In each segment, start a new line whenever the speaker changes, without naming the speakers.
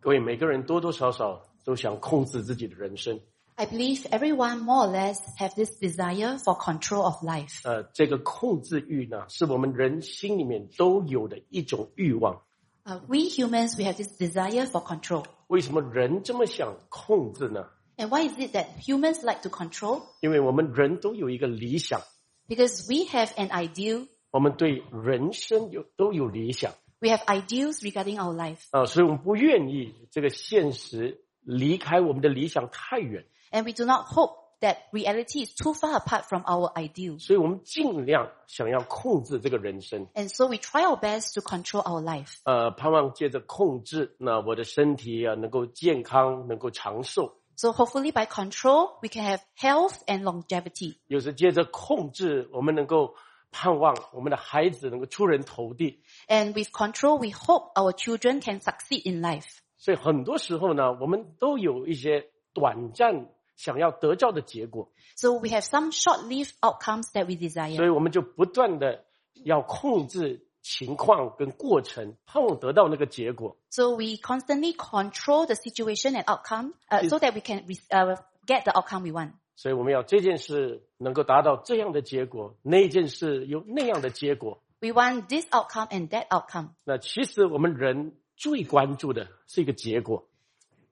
各位，每个人多多少少都想控制自己的人生。
I believe everyone more or less have this desire for control of life.
呃，这个控制欲呢，是我们人心里面都有的一种欲望。
Uh, we humans, we have this desire for control.
为什么人这么想控制呢？
And why is it that humans like to control?
因为我们人都有一个理想，
Because we have an ideal.
我们对人生有都有理想
We have ideals regarding our life.
啊、所以我们不愿意这个现实离开我们的理想太远，
And we do not hope that reality is too far apart from our ideals.
所以我们尽量想要控制这个人生。
And so we try our best to control our life.
呃，盼望借着控制，那我的身体啊能够健康，能够长寿；
So hopefully by control, we can have health and longevity.
有时借着控制，我们能够盼望我们的孩子能够出人头地。
And with control, we hope our children can succeed in life.
所以很多时候呢，我们都有一些短暂想要得到的结果，
So we have some short-lived outcomes that
所
we desire.
以我们就不断的要控制情况跟过程，盼望得到那个结果。
So we constantly control the situation and outcome uh,
Yes.
so that we can re- uh, get the outcome we want.
所以我们要这件事能够达到这样的结果，那件事有那样的结果。
We want this outcome and that outcome.
那其实我们人最关注的是一个结果。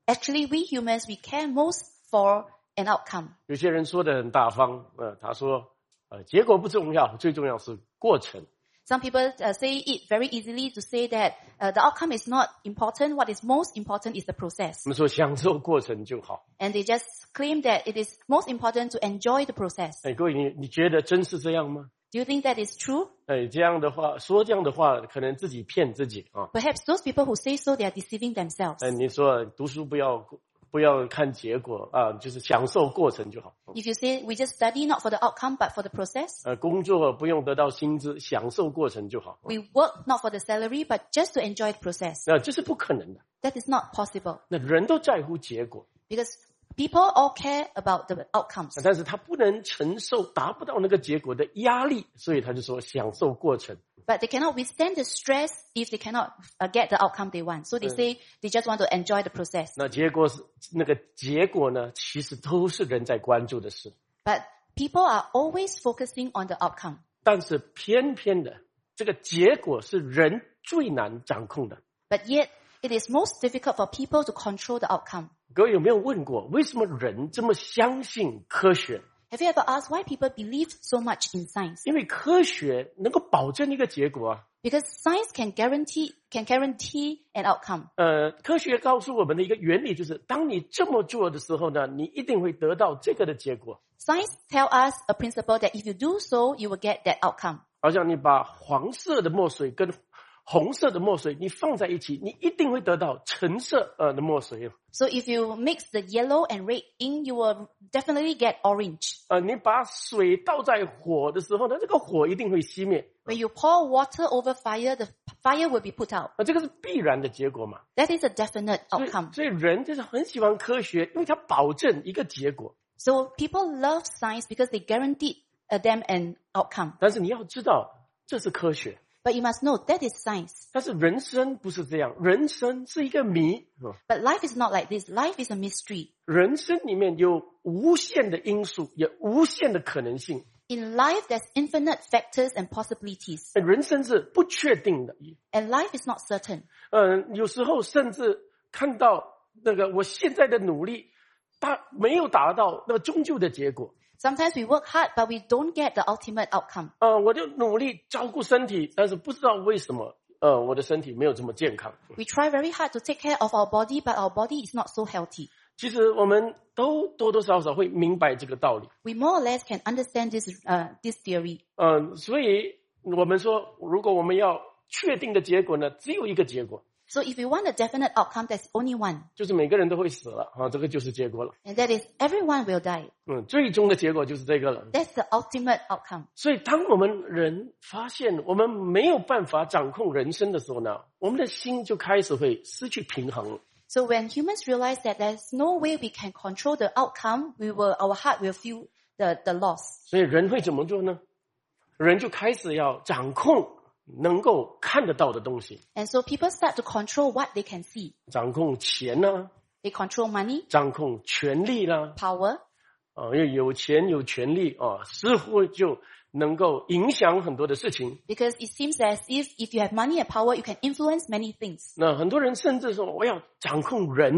Actually, we humans, we care most for an outcome.
有些人说的很大方，呃，他说，呃，结果不重要，最重要是过程。
Some people uh, say it very easily to say that uh, the outcome is not important. What is most important is the process.
我们说享受过程就好。
And they just claim that it is most important to enjoy the process.
哎，各位，你你觉得真是这样吗？
Do you think that is true?
哎，这样的话，说这样的话，可能自己骗自己啊。
Perhaps those people who say so, they are deceiving themselves.
哎，你说读书不要不要看结果啊，就是享受过程就好。
If you say we just study not for the outcome but for the process,
呃，工作不用得到薪资，享受过程就好。
we work not for the salary but just to enjoy the process.
那这是不可能的。
That is not possible
那人都在乎结果，
because people all care about the outcomes.
但是他不能承受达不到那个结果的压力，所以他就说享受过程。
But they cannot withstand the stress if they cannot uh, get the outcome they want. So they say they just want to enjoy the process.
那结果是那个结果呢，其实都是人在关注的事，
But people are always focusing on the outcome.
但是偏偏的这个结果是人最难掌控的。
But yet, it is most difficult for people to control the outcome.
各位有没有问过，为什么人这么相信科学？
Have you ever asked why people believe so much in science?
因为科学能够保证一个结果啊。
Because science can guarantee, can guarantee an outcome.
呃，科学告诉我们的一个原理就是，当你这么做的时候呢，你一定会得到这个的结果。
Science tell us a principle that if you do so, you will get that outcome.
好像你把黄色的墨水跟红色的墨水你放在一起，你一定会得到橙色呃的墨水。
So if you mix the yellow and red ink, you will definitely get orange.
呃，你把水倒在火的时候呢，这个火一定会熄灭。
When you pour water over fire, the fire will be put out.
啊、这个是必然的结果嘛。
That is a definite
所以
outcome.
所以人就是很喜欢科学，因为它保证一个结果。
So people love science because they guarantee uh, them an outcome.
但是你要知道，这是科学。
But you must know that is science.
但是人生不是这样，人生是一个谜，嗯
But life is not like this. Life is a mystery.
人生里面有无限的因素，也无限的可能性。
In life, there's infinite factors and possibilities.
人生是不确定的，
And life is not certain.
嗯、有时候甚至看到那个我现在的努力，达没有达到那个终究的结果。
Sometimes we work hard, but we don't get the ultimate outcome.
呃，我就努力照顾身体，但是不知道为什么，呃，我的身体没有这么健康。
We try very hard to take care of our body, but our body is not so healthy.
其实我们都多多少少会明白这个道理。
We more or less can understand this, uh, this theory.
嗯、所以我们说，如果我们要确定的结果呢，只有一个结果，
So if we want a definite outcome, there's only one.
就是每个人都会死了啊，这个就是结果了。
And that is everyone will die.
嗯，最终的结果就是这个了。
That's the ultimate outcome.
所以，当我们人发现我们没有办法掌控人生的时候呢，我们的心就开始会失去平衡。
So when humans realize that there's no way we can control the outcome, we will, our heart will feel the, the loss.
所以，人会怎么做呢？人就开始要掌控能够看得到的东西，
And so people start to control what they can see.
掌控钱呢、
They control money,
掌控权力啦、
power,
啊，因为有钱有权力啊，似乎就能够影响很多的事情。
because it seems as if if you have money and power, you can influence many things.
那很多人甚至说我要掌控人。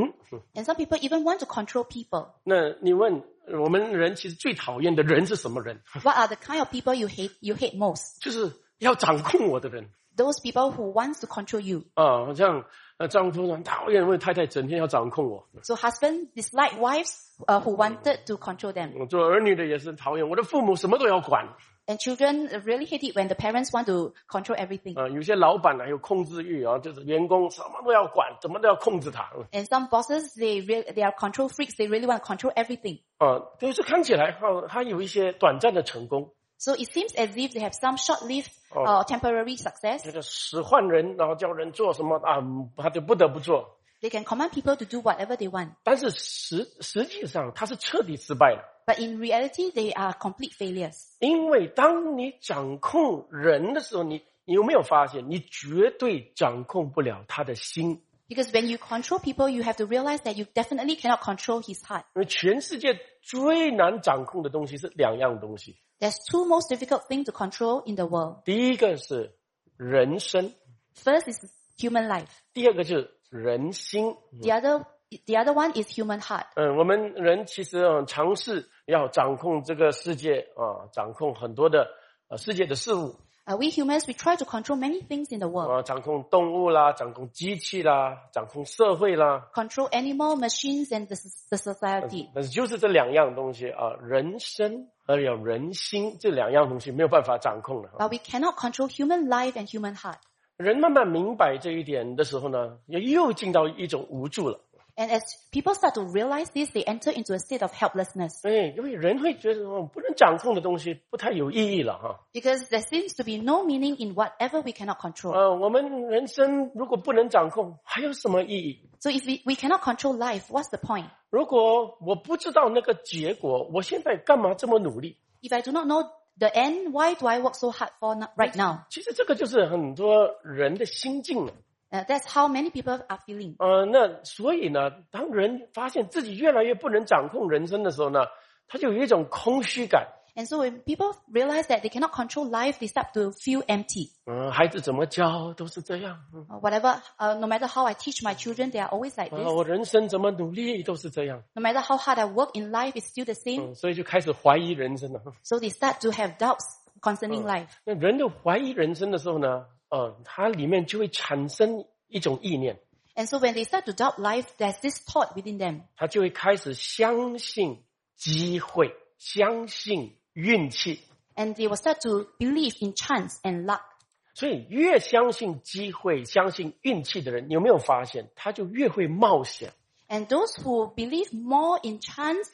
And some people even want to control people.
那你问我们人其实最讨厌的人是什么人？
What are the kind of people you hate, you hate most?
就是要掌控我的人
Those people who wants to control you.
啊，好像呃丈夫很讨厌，因为太太整天要掌控我。
So husbands dislike wives uh, who wanted to control them.
我做儿女的也是讨厌，我的父母什么都要管
And children really hate it when the parents want to control everything.
啊。有些老板呢有控制欲啊，就是员工什么都要管，怎么都要控制他
And some bosses, they re- they are control freaks. They really want to control everything.
啊。但是看起来哈、他有一些短暂的成功，
So it seems as if they have some short-lived
Oh.
uh, temporary success.
这个使唤人，然后叫人做什么啊，他就不得不做。
They can command people to do whatever they want.
但是实实际上他是彻底失败了。
But in reality, they are complete failures.
因为当你掌控人的时候，你你有没有发现，你绝对掌控不了他的心？因
Because when you control people, you have to realize that you definitely cannot control his heart.
为全世界最难掌控的东西是两样东西，
There's two most difficult things to control in the world.
第一个是人生，
First is human life.
第二个就是人心。
The other, the other one is human heart.
嗯，我们人其实啊，呃尝试要掌控这个世界啊，掌控很多的呃世界的事物
Uh, we humans, we try to control many things in the world.
啊，掌控动物啦，掌控机器啦，掌控社会啦。
Control animal, machines, and the, s- the society.
但是就是这两样东西啊，人生还有人心这两样东西没有办法掌控了啊。
But we cannot control human life and human heart.
人慢慢明白这一点的时候呢，又又进到一种无助了。
And as people start to realize this, they enter into a state of helplessness
对，哎因为人会觉得哦，不能掌控的东西不太有意义了哈。
because there seems to be no meaning in whatever we cannot control.
呃，我们人生如果不能掌控，还有什么意义？
So if we, we cannot control life, what's the point?
如果我不知道那个结果，我现在干嘛这么努力？
If I do not know the end, why do I work so hard for no- right now?
其实这个就是很多人的心境了。
Uh, that's how many people are feeling.
呃，那所以呢，当人发现自己越来越不能掌控人生的时候呢，他就有一种空虚感。
And so when people realize that they cannot control life, they start to feel empty.
嗯、孩子怎么教都是这样。嗯
Uh, whatever, uh, no matter how I teach my children, they are always like
啊、
this.
我人生怎么努力都是这样。
No matter how hard I work in life, it's still the same.
嗯，所以就开始怀疑人生了。
So they start to have doubts concerning life.
那人的怀疑人生的时候呢，呃，它里面就会产生一种意念，
And so when they start to doubt life, there's this thought within them.
他就会开始相信机会，相信运气。
And they will start to believe in chance and luck.
所以，越相信机会、相信运气的人，你有没有发现，他就越会冒险？
And those who believe more in chance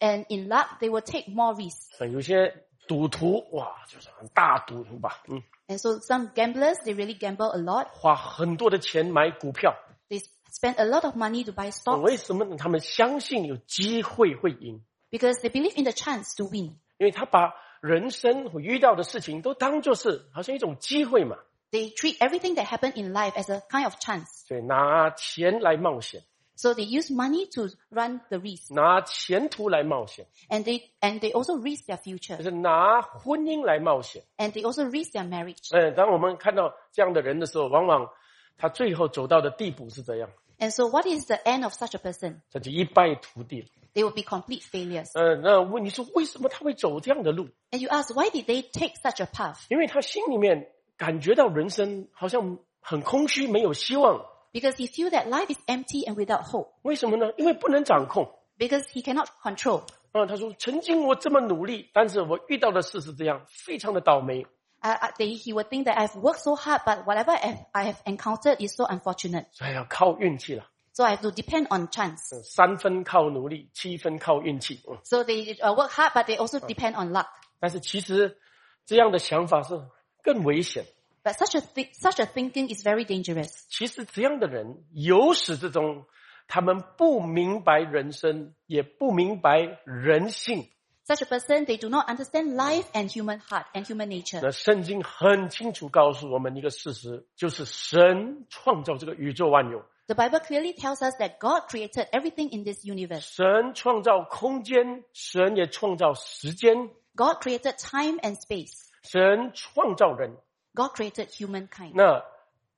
and in luck, they will take more risks.
呃有些赌徒哇，就是很大赌徒吧，嗯，
And so some gamblers, they really gamble a lot.
花很多的钱买股票，
They spend a lot of money to buy
呃
stocks
为什么呢？他们相信有机会会赢，
because they believe in the chance to win.
因为他把人生会遇到的事情都当做是好像一种机会嘛，
They treat everything that happened in life as a kind of chance.
所以拿钱来冒险，
So they use money to run the risk
拿前途来冒险，
and they, and they also risk their future
就是拿婚姻来冒险。
and they also risk their marriage.
嗯，当我们看到这样的人的时候，往往他最后走到的地步是这样，
And so what is the end of such a person?
他就一败涂地了。
They will be complete failures.
嗯，那问你说为什么他会走这样的路？
And you ask, why did they take such a path?
因为他心里面感觉到人生好像很空虚，没有希望。
Because he feel that life is empty and without hope.
为什么呢？因为不能掌控。
Because he cannot control.
啊、他说：“曾经我这么努力，但是我遇到的事是这样，非常的倒霉。
Uh, uh, they, he would think that I've worked so hard, but whatever I have, I have encountered is so unfortunate.
所以要哎靠运气了。嗯
So I have to depend on chance.
三分靠努力，七分靠运气。嗯，
So they uh, work hard, but they also depend on luck.
但是其实这样的想法是更危险。
But such a thi- such a thinking is very dangerous.
其实这样的人由始至终，他们不明白人生，也不明白人性。
Such a person, they do not understand life and human heart and human nature.
那圣经很清楚告诉我们一个事实，就是神创造这个宇宙万有，
The Bible clearly tells us that God created everything in this universe.
神创造空间，神也创造时间，
God created time and space.
神创造人。
God created humankind.
那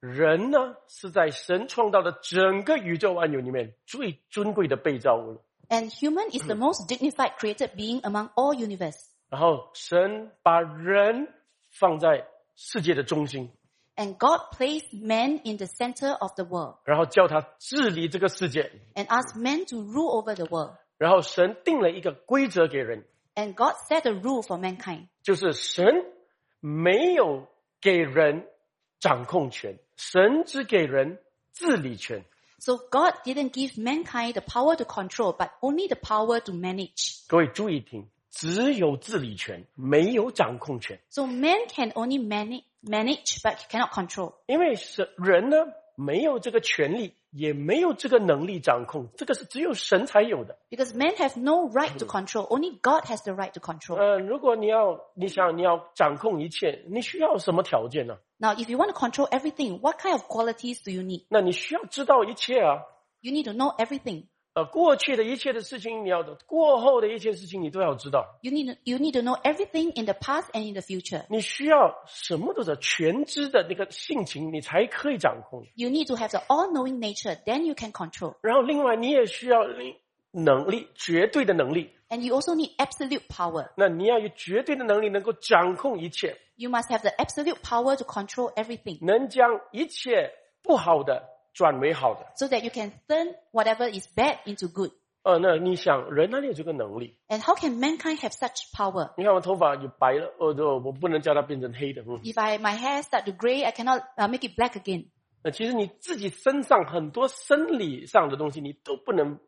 人呢，是在神创造的整个宇宙万有里面最尊贵的被造物了。
And human is the most dignified created being among all universe.
然后神把人放在世界的中心，
And God placed man in the center of the world
然后叫他治理这个世界。
and asked man to rule over the world.
然后神定了一个规则给人，
And God set a rule for mankind.
就是神没有给人掌控权，神只给人治理权。
So God didn't give mankind the power to control, but only the power to manage.
各位注意听，只有治理权，没有掌控权。
So man can only manage, manage, but cannot control.
因为神人呢没有这个权利，也没有这个能力掌控，这个是只有神才有的。
Because men have no right to control. Only God has the right to control.
呃，如果你要你想你要掌控一切，你需要什么条件呢、
Now, if you want to control everything, what kind of qualities do you need?
那你需要知道一切啊，
You need to know everything.
呃，过去的一切的事情你要的，过后的一切事情你都要知道。
You need to, you need to know everything in the past and in the future.
你需要什么都是全知的那个性情，你才可以掌控。
You need to have the all-knowing nature, then you can control.
然后，另外你也需要呃能力，绝对的能力。
And you also need absolute power.
那你要有绝对的能力，能够掌控一切。
You must have the absolute power to control everything
能将一切不好的转为好的。
so that you can turn whatever is bad into good.
呃，那你想，人哪里有这个能力？
And how can mankind have such power?
你看我头发有白了，呃，我我不能叫它变成黑的。嗯，
If I my hair start to gray, I cannot uh, make it black again.
那其实你自己身上很多生理上的东西你都不能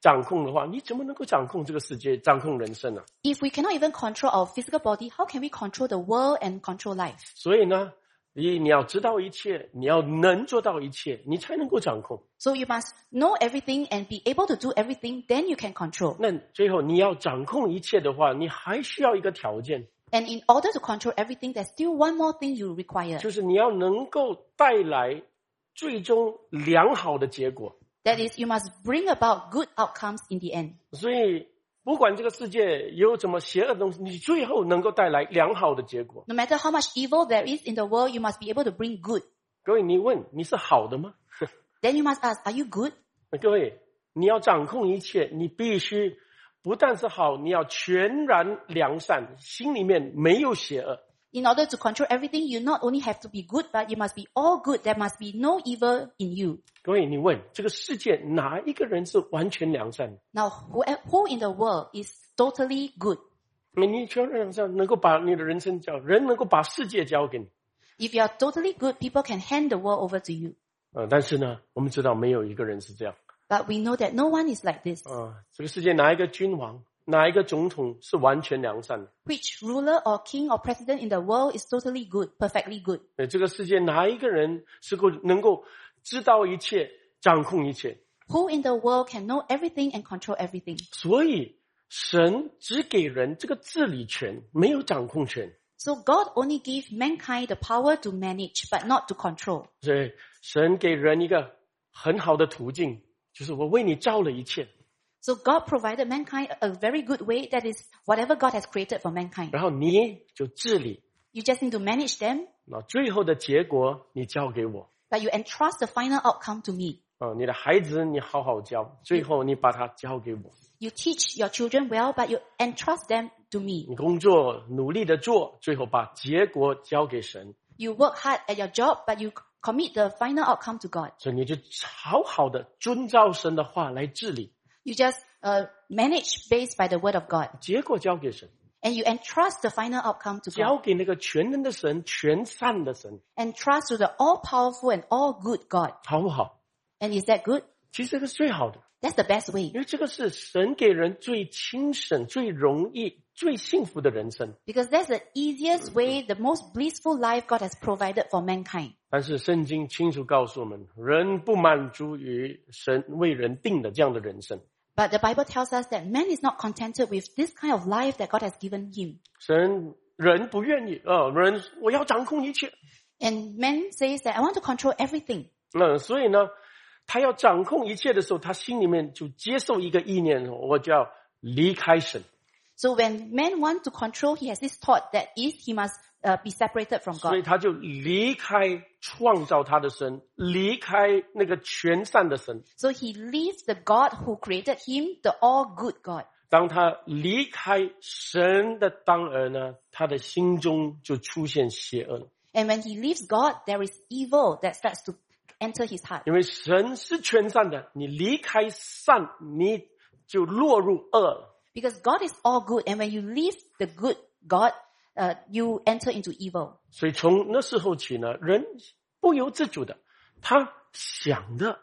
掌控的话，你怎么能够掌控这个世界、掌控人生呢、啊
If we cannot even control our physical body, how can we control the world and control life?
所以呢，你你要知道一切，你要能做到一切，你才能够掌控。
So you must know everything and be able to do everything, then you can control.
那最后你要掌控一切的话，你还需要一个条件，
And in order to control everything, there's still one more thing you require.
就是你要能够带来最终良好的结果。
That is, you must bring about good outcomes in the end.
所以，不管这个世界有怎么邪恶的东西，你最后能够带来良好的结果。
No matter how much evil there is in the world, you must be able to bring good.
各位，你问你是好的吗？
Then you must ask, are you good?
各位，你要掌控一切，你必须不但是好，你要全然良善，心里面没有邪恶。
In order to control everything, you not only have to be good, but you must be all good. There must be no evil in you.
各位，你问这个世界哪一个人是完全良善的？
Now, who, who in the world is totally good?
你全然良善，能够把你的人生交，人能够把世界交给你。
If you are totally good, people can hand the world over to you.
呃，但是呢，我们知道没有一个人是这样。
But we know that no one is like this.
呃，这个世界哪一个君王、哪一个总统是完全良善的？
Which ruler or king or president in the world is totally good, perfectly good?
呃，这个世界哪一个人是够能够知道一切、掌控一切？
Who in the world can know everything and control everything?
所以，神只给人这个治理权，没有掌控权。
So God only gave mankind the power to manage, but not to control.
所以，神给人一个很好的途径，就是我为你造了一切，
So God provided mankind a a very good way that is whatever God has created for mankind.
然后你就治理。
You just need to manage them,
那最后的结果你交给我
but you entrust the final outcome to me.
啊、你的孩子你好好教，最后你把它交给我。
You teach your children well, but you entrust them to me.
你工作努力的做，最后把结果交给神，
You work hard at your job, but you commit the final outcome to God.
所以你就好好的遵照神的话来治理，
You just uh, manage based by the word of God,
结果交给神，
and you entrust the final outcome to
交
God,
给那个全能的神、全善的神，
entrust to the all-powerful and all-good God.
好不好？
And is that good?
其实这个是最好的，
That's the best way
因为这个是神给人最轻省、最容易、最幸福的人生。
because that's the easiest way, the most blissful life God has provided for mankind.
但是圣经清楚告诉我们，人不满足于神为人定的这样的人生，
But the Bible tells us that man is not contented with this kind of life that God has given him.
神人不愿意啊、呃人我要掌控一切。
And man says that I want to control everything.
那、嗯所以呢，他要掌控一切的时候，他心里面就接受一个意念，我就要离开神。
So when man wants to control, he has this thought that is he must uh, be separated from
所以
God.
他就离开创造他的神，离开那个全善的神。
So he leaves the God who created him, the all good God.
当他离开神的当儿呢，他的心中就出现邪恶了，
And when he leaves God, there is evil that starts to enter his heart.
因为神是全善的，你离开善，你就落入恶了。
Because God is all good, and when you leave the good God, uh, you enter into evil.
所以从那时候起呢，人不由自主的，他想的、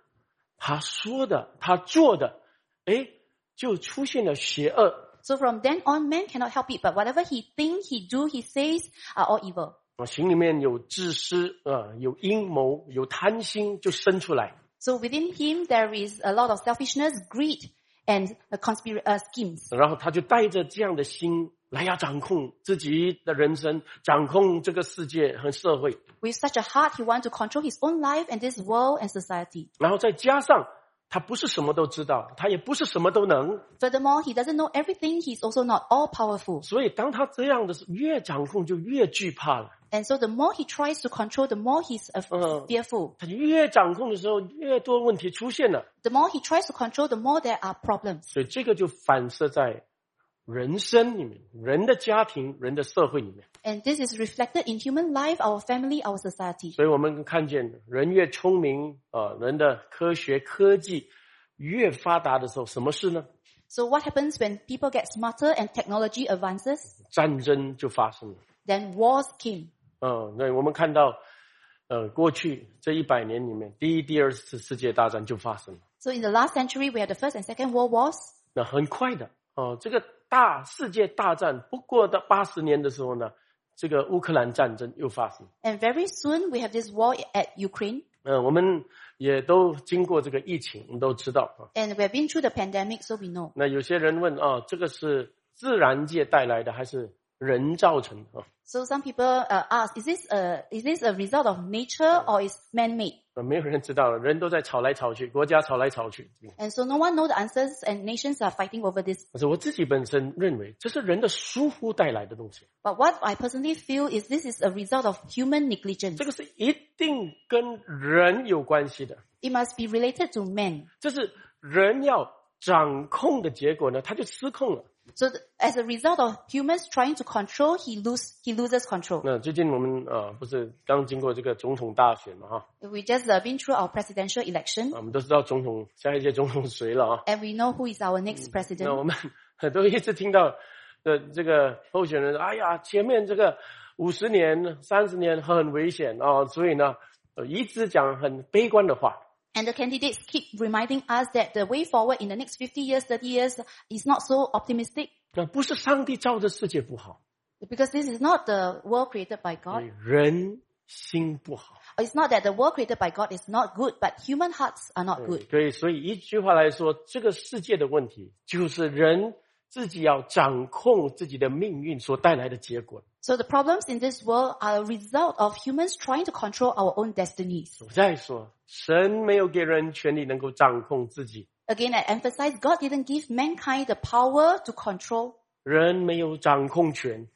他说的、他做的，哎，就出现了邪恶
So from then on, man cannot help it, but whatever he thinks, he do, he says, are all evil.
啊，心里面有自私啊，有阴谋，有贪心，就生出来。
So within him, there is a lot of selfishness, greed, and uh, conspira- uh, schemes.
然后他就带着这样的心来要掌控自己的人生，掌控这个世界和社会，
With such a heart, he wants to control his own life and this world and society.
然后再加上他不是什么都知道，他也不是什么都能，
Furthermore, he doesn't know everything. He's also not all powerful.
所以当他这样的时越掌控，就越惧怕了。
And so the more he tries to control, the more he's uh,
Uh.
fearful.
他越掌控的时候，越多问题出现了，
The more he tries to control, the more there are problems.
所以这个就反射在人生里面、人的家庭、人的社会里面。
And this is reflected in human life, our family, our society.
所以我们看见，人越聪明啊、呃人的科学科技越发达的时候，什么事呢？
So what happens when people get smarter and technology advances?
战争就发生了。
Then wars came.
嗯，那我们看到，呃，过去这一百年里面，第一、第二次世界大战就发生了。
So in the last century, we had the first and second world wars.
那很快的，哦、这个大世界大战不过到八十年的时候呢，这个乌克兰战争又发生。
And very soon, we have this war at Ukraine.
嗯、我们也都经过这个疫情，我们都知道啊。
And we have been through the pandemic, so we know.
那有些人问啊、这个是自然界带来的还是人造成的啊？
So some people uh, ask, is this a is this a result of nature or is man made?
呃没有人知道了，人都在吵来吵去，国家吵来吵去。嗯
And so no one knows the answers, and nations are fighting over this.
但是我自己本身认为，这是人的疏忽带来的东西。
But what I personally feel is this is a result of human negligence.
这个是一定跟人有关系的，
It must be related to man.
这是人要掌控的结果呢，他就失控了。
So th- as a result of humans trying to control, he lose he loses control.
那最近我们呃不是刚经过这个总统大选嘛哈，啊
We just uh, been through our presidential election,
啊我们都知道总统下一届总统谁了啊。
and we know who is our next
那
president.
我们都一直听到的这个候选人说，哎呀，前面这个五十年、三十年很危险啊、哦所以呢，呃一直讲很悲观的话。
And the candidates keep reminding us that the way forward in the next 50 years, 30 years is not so optimistic
那不是上帝造的世界不好，
because this is not the world created by God.
Mm. 人心不好。
It's not that the world created by God is not good, but human hearts are not good.
对，嗯所以一句话来说，这个世界的问题就是人自己要掌控自己的命运所带来的结果。
So the problems in this world are a result of humans trying to control our own destinies.
我再说，神没有给人权利能够掌控自己，
Again, I emphasize God didn't give mankind the power to control.
人没有掌控权。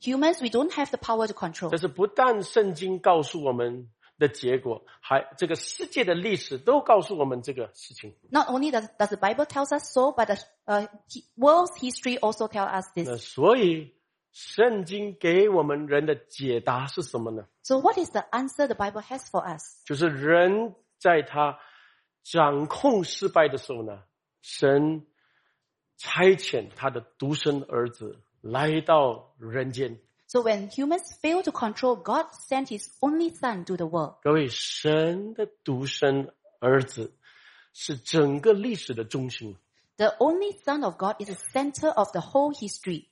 Humans, we don't have the power to control.
这是不但圣经告诉我们的结果，还这个世界的历史都告诉我们这个事情。
Not only does, does the Bible tells us so, but the uh, he- world's history also tell us
那
this.
所以，圣经给我们人的解答是什么呢？
So what is the answer the Bible has for us?
就是人在他掌控失败的时候呢，神差遣他的独生儿子来到人间。
So when humans fail to control, God sent his only son to the world.
各位，神的独生儿子是整个历史的中心，
The only son of God is the center of the whole history.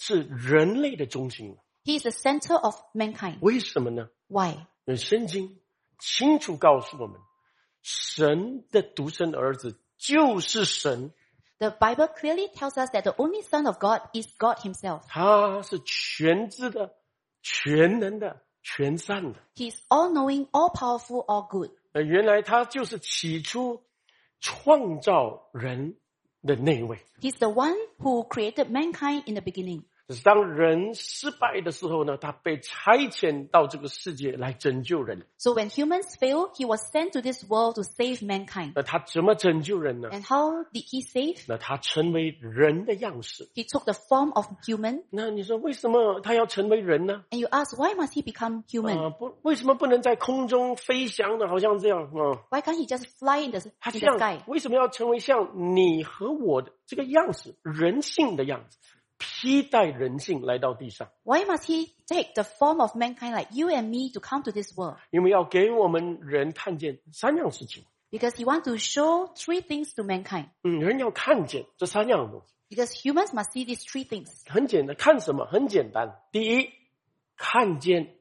是人类的中心。
He is the center of mankind.
为什么呢？
Why?
因为圣经清楚告诉我们，神的独生儿子就是神，
The Bible clearly tells us that the only Son of God is God Himself.
他是全知的、全能的、全善的。
He is all knowing, all powerful, all good.
呃，原来他就是起初创造人的那一位。
He's the one who created mankind in the beginning.
只是当人失败的时候呢，他被差遣到这个世界来拯救人。
So when humans fail, He was sent to this world to save mankind.
那他怎么拯救人呢？
And how did He save?
那他成为人的样式。
He took the form of human.
那你说为什么他要成为人呢？
And you ask, why must He become
啊、
human?
不，为什么不能在空中飞翔呢？好像这样啊、嗯
Why can't He just fly in the,
他
in
这
the
样
sky?
为什么要成为像你和我的这个样子，人性的样子，披戴人性来到地上？
Why must He take the form of mankind like you and me to come to this world?
因为要给我们人看见三样事情。
Because He wants to show three things to mankind.
嗯，人要看见这三样东西。
Because humans must see these three things.
很简单，看什么？很简单。第一，看见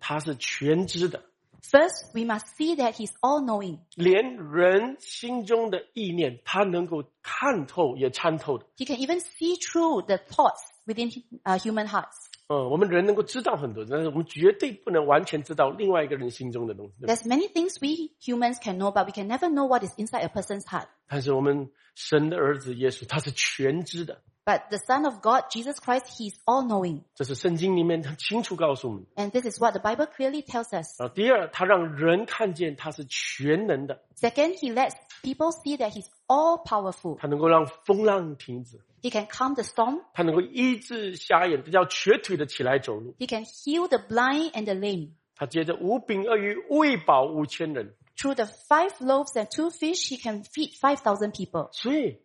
他是全知的，
First, we must see that he's all knowing.
连人心中的意念，他能够看透也参透的。
He can even see through the thoughts within uh, human hearts.
嗯，我们人能够知道很多，但是我们绝对不能完全知道另外一个人心中的东西。对吧
There's many things we humans can know, but we can never know what is inside a person's heart.
但是我们神的儿子耶稣，他是全知的，
But the Son of God, Jesus Christ, he's all knowing.
这是圣经里面很清楚告诉我们。
And this is what the Bible clearly tells us.
啊，第二，他让人看见他是全能的，
Second, he lets people see that he's all powerful.
他能够让风浪停止，
He can calm the storm.
他能够医治瞎眼，这叫瘸腿的起来走路。
He can heal the blind and the lame.
他接着五饼二鱼喂饱五千人，
Through the five loaves and two fish, he can feed 5,000 people.
所以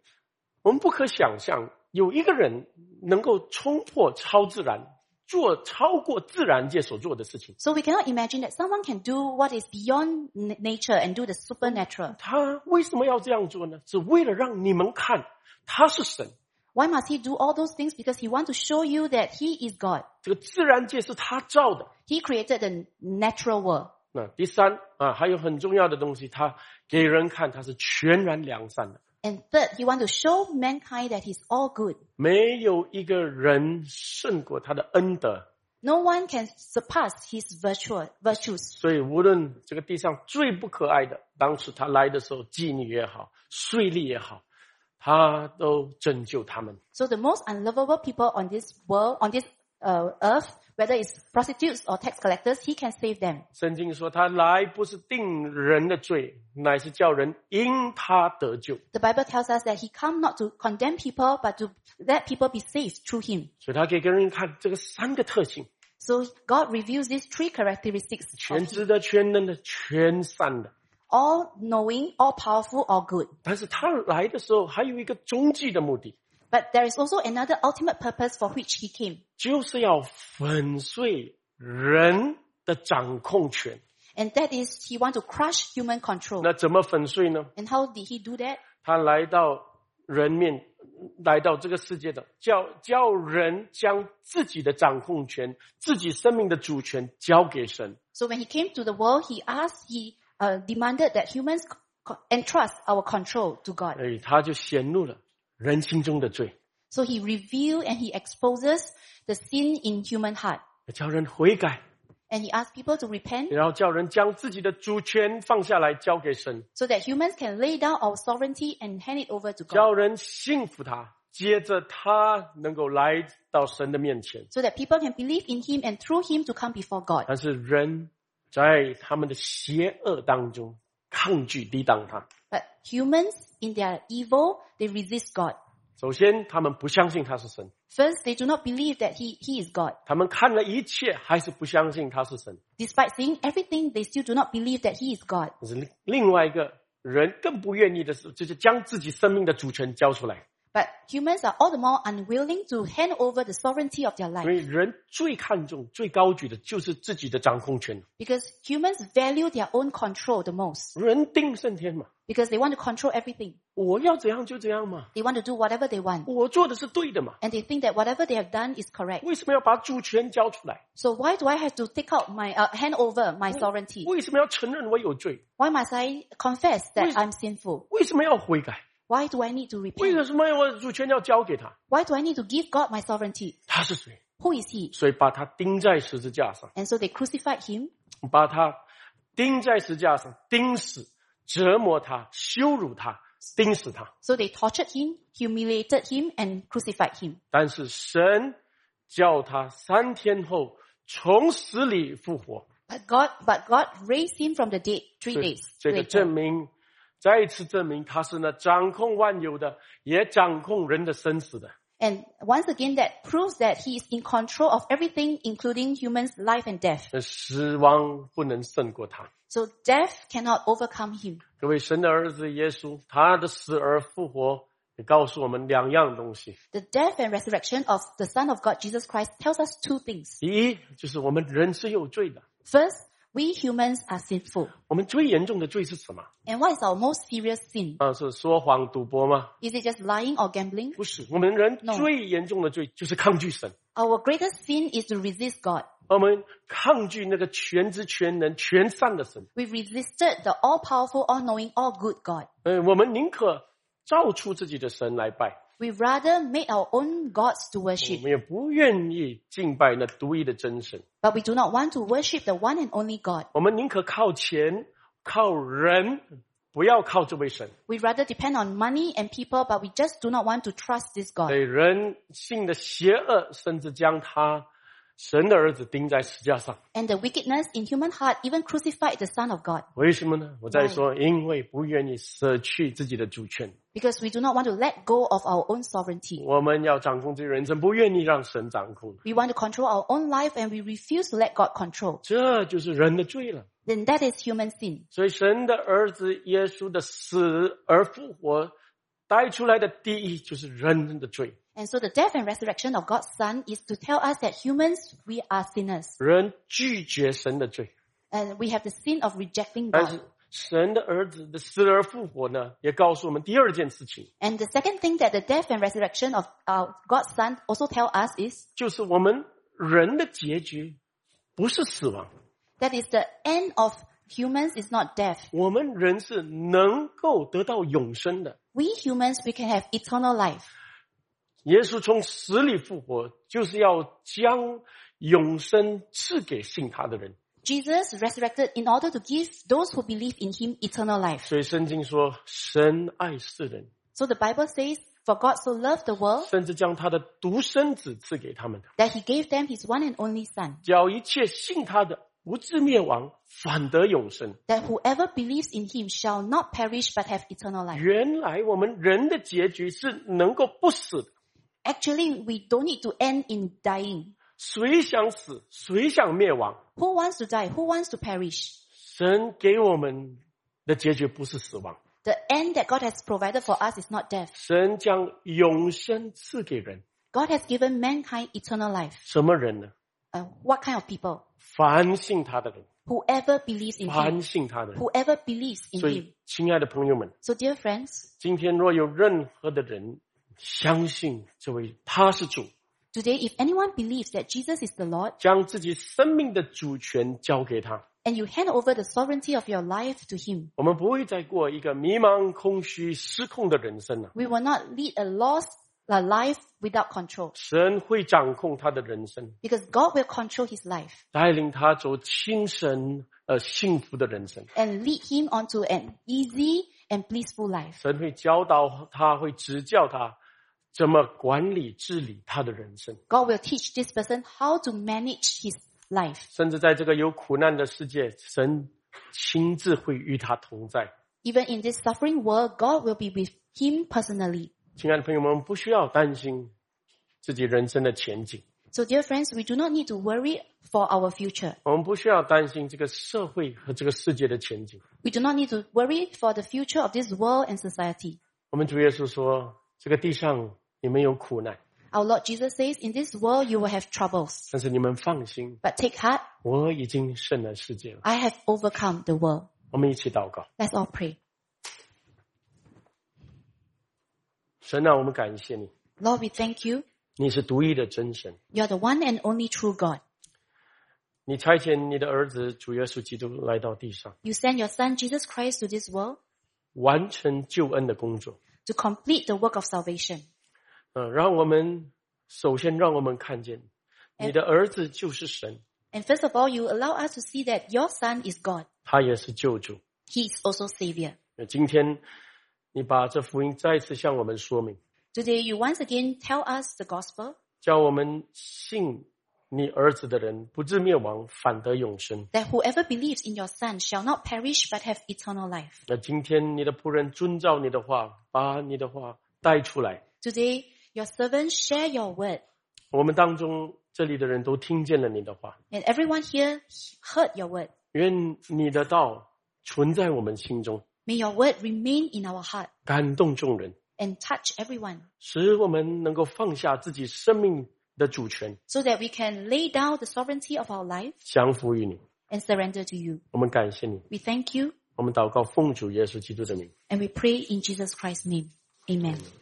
我们不可想象有一个人能够冲破超自然，做超过自然界所做的事情。
So we cannot imagine that someone can do what is beyond n- nature and do the supernatural.
他为什么要这样做呢？只为了让你们看他是神。
Why must he do all those things? Because he wants to show you that he is God.
这个自然界是他造的。
He created the natural world.
那第三啊，还有很重要的东西，他给人看他是全然良善的，
And third, he wants to show mankind that he's all good.
没有一个人胜过他的恩德。
No one can surpass his virtue, virtues.
所以，无论这个地上最不可爱的，当时他来的时候，妓女也好，税吏也好，他都拯救他们。
So the most unlovable people on this world, on this uh, earth, whether it's prostitutes or tax collectors, he can save them.
圣经说，他来不是定人的罪，乃是叫人因他得救。
The Bible tells us that he come not to condemn people, but to let people be saved through him.
所以，他给人看这个三个特性：
So God reveals these three characteristics
全
of him,
知的、全能的、全善的。
all knowing, all powerful, all good.
但是他来的时候还有一个终极的目的，
But there is also another ultimate purpose for which he came,
就是要粉碎人的掌控权。
and that is he want to crush human control.
那怎么粉碎呢？
And how did he do that?
他来到人面，来到这个世界的，叫叫人将自己的掌控权、自己生命的主权交给神。
So when he came to the world, he asked, he uh, demanded that humans co- co- entrust our control to God.
所以哎他就显露了人心中的罪，
So he revealed and he exposes the sin in human heart,
叫人悔改，
and he asked people to repent
然后叫人将自己的主权放下来交给神，
so that humans can lay down our sovereignty and hand it over to God.
叫人信服他。接着他能够来到神的面前，
so that people can believe in him and through him to come before God.
但是人在他们的邪恶当中抗拒抵挡他。
But humans, in their evil, they resist God.
首先，他们不相信他是神，
First, they do not believe that he, he is God.
他们看了一切，还是不相信他是神。
Despite seeing everything, they still do not believe that he is God.
但是另另外一个人更不愿意的是，就是将自己生命的主权交出来，
But humans are all the more unwilling to hand over the sovereignty of their
因为
life
人最看重、最高举的就是自己的掌控权。
because humans value their own control the most
人定胜天嘛，
because they want to control everything.
我要怎样就怎样嘛，
They want to do whatever they want
我做的是对的嘛，
and they think that whatever they have done is correct.
为什么要把主权交出来？
So why do I have to take out my, uh, hand over my sovereignty?
为什么要承认我有罪？
Why must I confess that I'm sinful?
为什么要悔改？
Why do I need to
为
repent?
什么我主权要交给他？
Why do I need to give God my sovereignty?
他是谁？
Who is he?
所以把他钉在十字架上，
And so they crucified him,
把他钉在十字架上，钉死，折磨他，羞辱他，钉死他。
so they tortured him, humiliated him, and crucified him.
但是神叫他三天后从死里复活。
But God, but God raised him from the dead three
对
days
这个
later.
证明，再一次证明他是那掌控万有的，也掌控人的生死的。
And once again, that proves that he is in control of everything, including humans' life and death.
那死亡不能胜过他。
So death cannot overcome him.
各位，神的儿子耶稣，他的死而复活，也告诉我们两样东西：
The death and resurrection of the Son of God, Jesus Christ, tells us two things.
第一，就是我们人是有罪的，
First, we humans are sinful.
我们最严重的罪是什么？
And what is our most serious sin?
啊，是说谎、赌博吗？
Is it just lying or gambling?
不是，我们人
No
最严重的罪就是抗拒神。
Our greatest sin is to resist God.
我们抗拒那个全知、全能、全善的神。
We resisted the all-powerful, all-knowing, all-good God.
呃，我们宁可造出自己的神来拜，
We rather made our own gods to
我
worship,
们也不愿意敬拜那独一的真神。
but we do not want to worship the one and only God.
我们宁可靠钱、靠人，不要靠这位神。
We rather depend on money and people, but we just do not want to trust this
所以
God.
人性的邪恶，甚至将他神的儿子钉在石架上。
And the wickedness in human heart even crucified the Son of God
为什么呢？我在说，因为不愿意舍去自己的主权，
because we do not want to let go of our own sovereignty.
我们要掌控自己人生，不愿意让神掌控，
We want to control our own life and we refuse to let God control.
这就是人的罪了。
Then that is human sin.
所以，神的儿子耶稣的死而复活带出来的第一就是人的罪。
And so the death and resurrection of God's Son is to tell us that humans, we are sinners.
人拒绝神的罪，
And we have the sin of rejecting
但是
God.
神的儿子的死而复活呢，也告诉我们第二件事情，
And the second thing that the death and resurrection of uh, God's Son also tell us is
就是我们人的结局不是死亡，
that is the end of humans is not death.
我们人是能够得到永生的。
We humans, we can have eternal life.
耶稣从死里复活，就是要将永生赐给信他的人。
Jesus resurrected in order to give those who believe in him eternal life.
所以圣经说，神爱世人，
So the Bible says, for God so loved the world
甚至将他的独生子赐给他们，
that he gave them his one and only son,
叫一切信他的不至灭亡，反得永生。
that whoever believes in him shall not perish but have eternal life.
原来我们人的结局是能够不死的，
Actually, we don't need to end in dying.
谁想死，谁想灭亡。
Who wants to die? Who wants to perish?
神给我们的结局不是死亡，
The end that God has provided for us is not death.
神将永生赐给人。
God has given mankind eternal life.
什么人呢？
Uh, what kind of people?
凡信他的人，
Whoever believes in him.
凡信他的人。
Whoever believes in
所
him.
以，亲爱的朋友们，
So dear friends,
今天若有任何的人相信这位他是主，
Today, if anyone believes that Jesus is the Lord
将自己生命的主权交给他，
and you hand over the sovereignty of your life to Him,
我们不会再过一个迷茫、空虚、失控的人生啊了。
we will not lead a lost a life without control
神会掌控他的人生，
because God will control His life
带领他走亲神呃幸福的人生。
and lead Him onto an easy and blissful life.
神会教导他，会指教他怎么管理治理他的人生。
God will teach this person how to manage his life.
甚至在这个有苦难的世界，神亲自会与他同在。
Even in this suffering world, God will be with him personally.
亲爱的朋友们，我们不需要担心自己人生的前景，
So dear friends, we do not need to worry for our future.
我们不需要担心这个社会和这个世界的前景。
We do not need to worry for the future of this world and society.
我们主耶稣说：“这个地上你们有苦难，
Our Lord Jesus says, in this world you will have troubles,
但是你们放心，
but take heart,
我已经胜了世界了。
I have overcome the world. ”
我们一起祷告，
Let's all pray.
神啊，我们感谢你，
Lord, we thank you.
你是独一的真神，
You are the one and only true God.
你差遣你的儿子主耶稣基督来到地上，
You sent your son Jesus Christ to this world
完成救恩的工作，
to to complete the work of salvation.
呃，让我们首先让我们看见，你的儿子就是神，
And first of all, you allow us to see that your son is God.
他也是救主。
He is also Savior.
呃今天你把这福音再次向我们说明，
Today, you once again tell us the gospel
叫我们信你儿子的人不至灭亡，反得永生。
that whoever believes in your son shall not perish but have eternal life.
那今天你的仆人遵照你的话，把你的话带出来。
Today, your servants share your word
我们当中这里的人都听见了你的话，
and everyone here heard your word.
愿你的道存在我们心中，
May your word remain in our heart
感动众人，
and touch everyone
使我们能够放下自己生命的主权，
so that we can lay down the sovereignty of our life
降服于你。
and surrender to you.
我们感谢你，
We thank you
我们祷告奉主耶稣基督的名。
and we pray in Jesus Christ's name. Amen.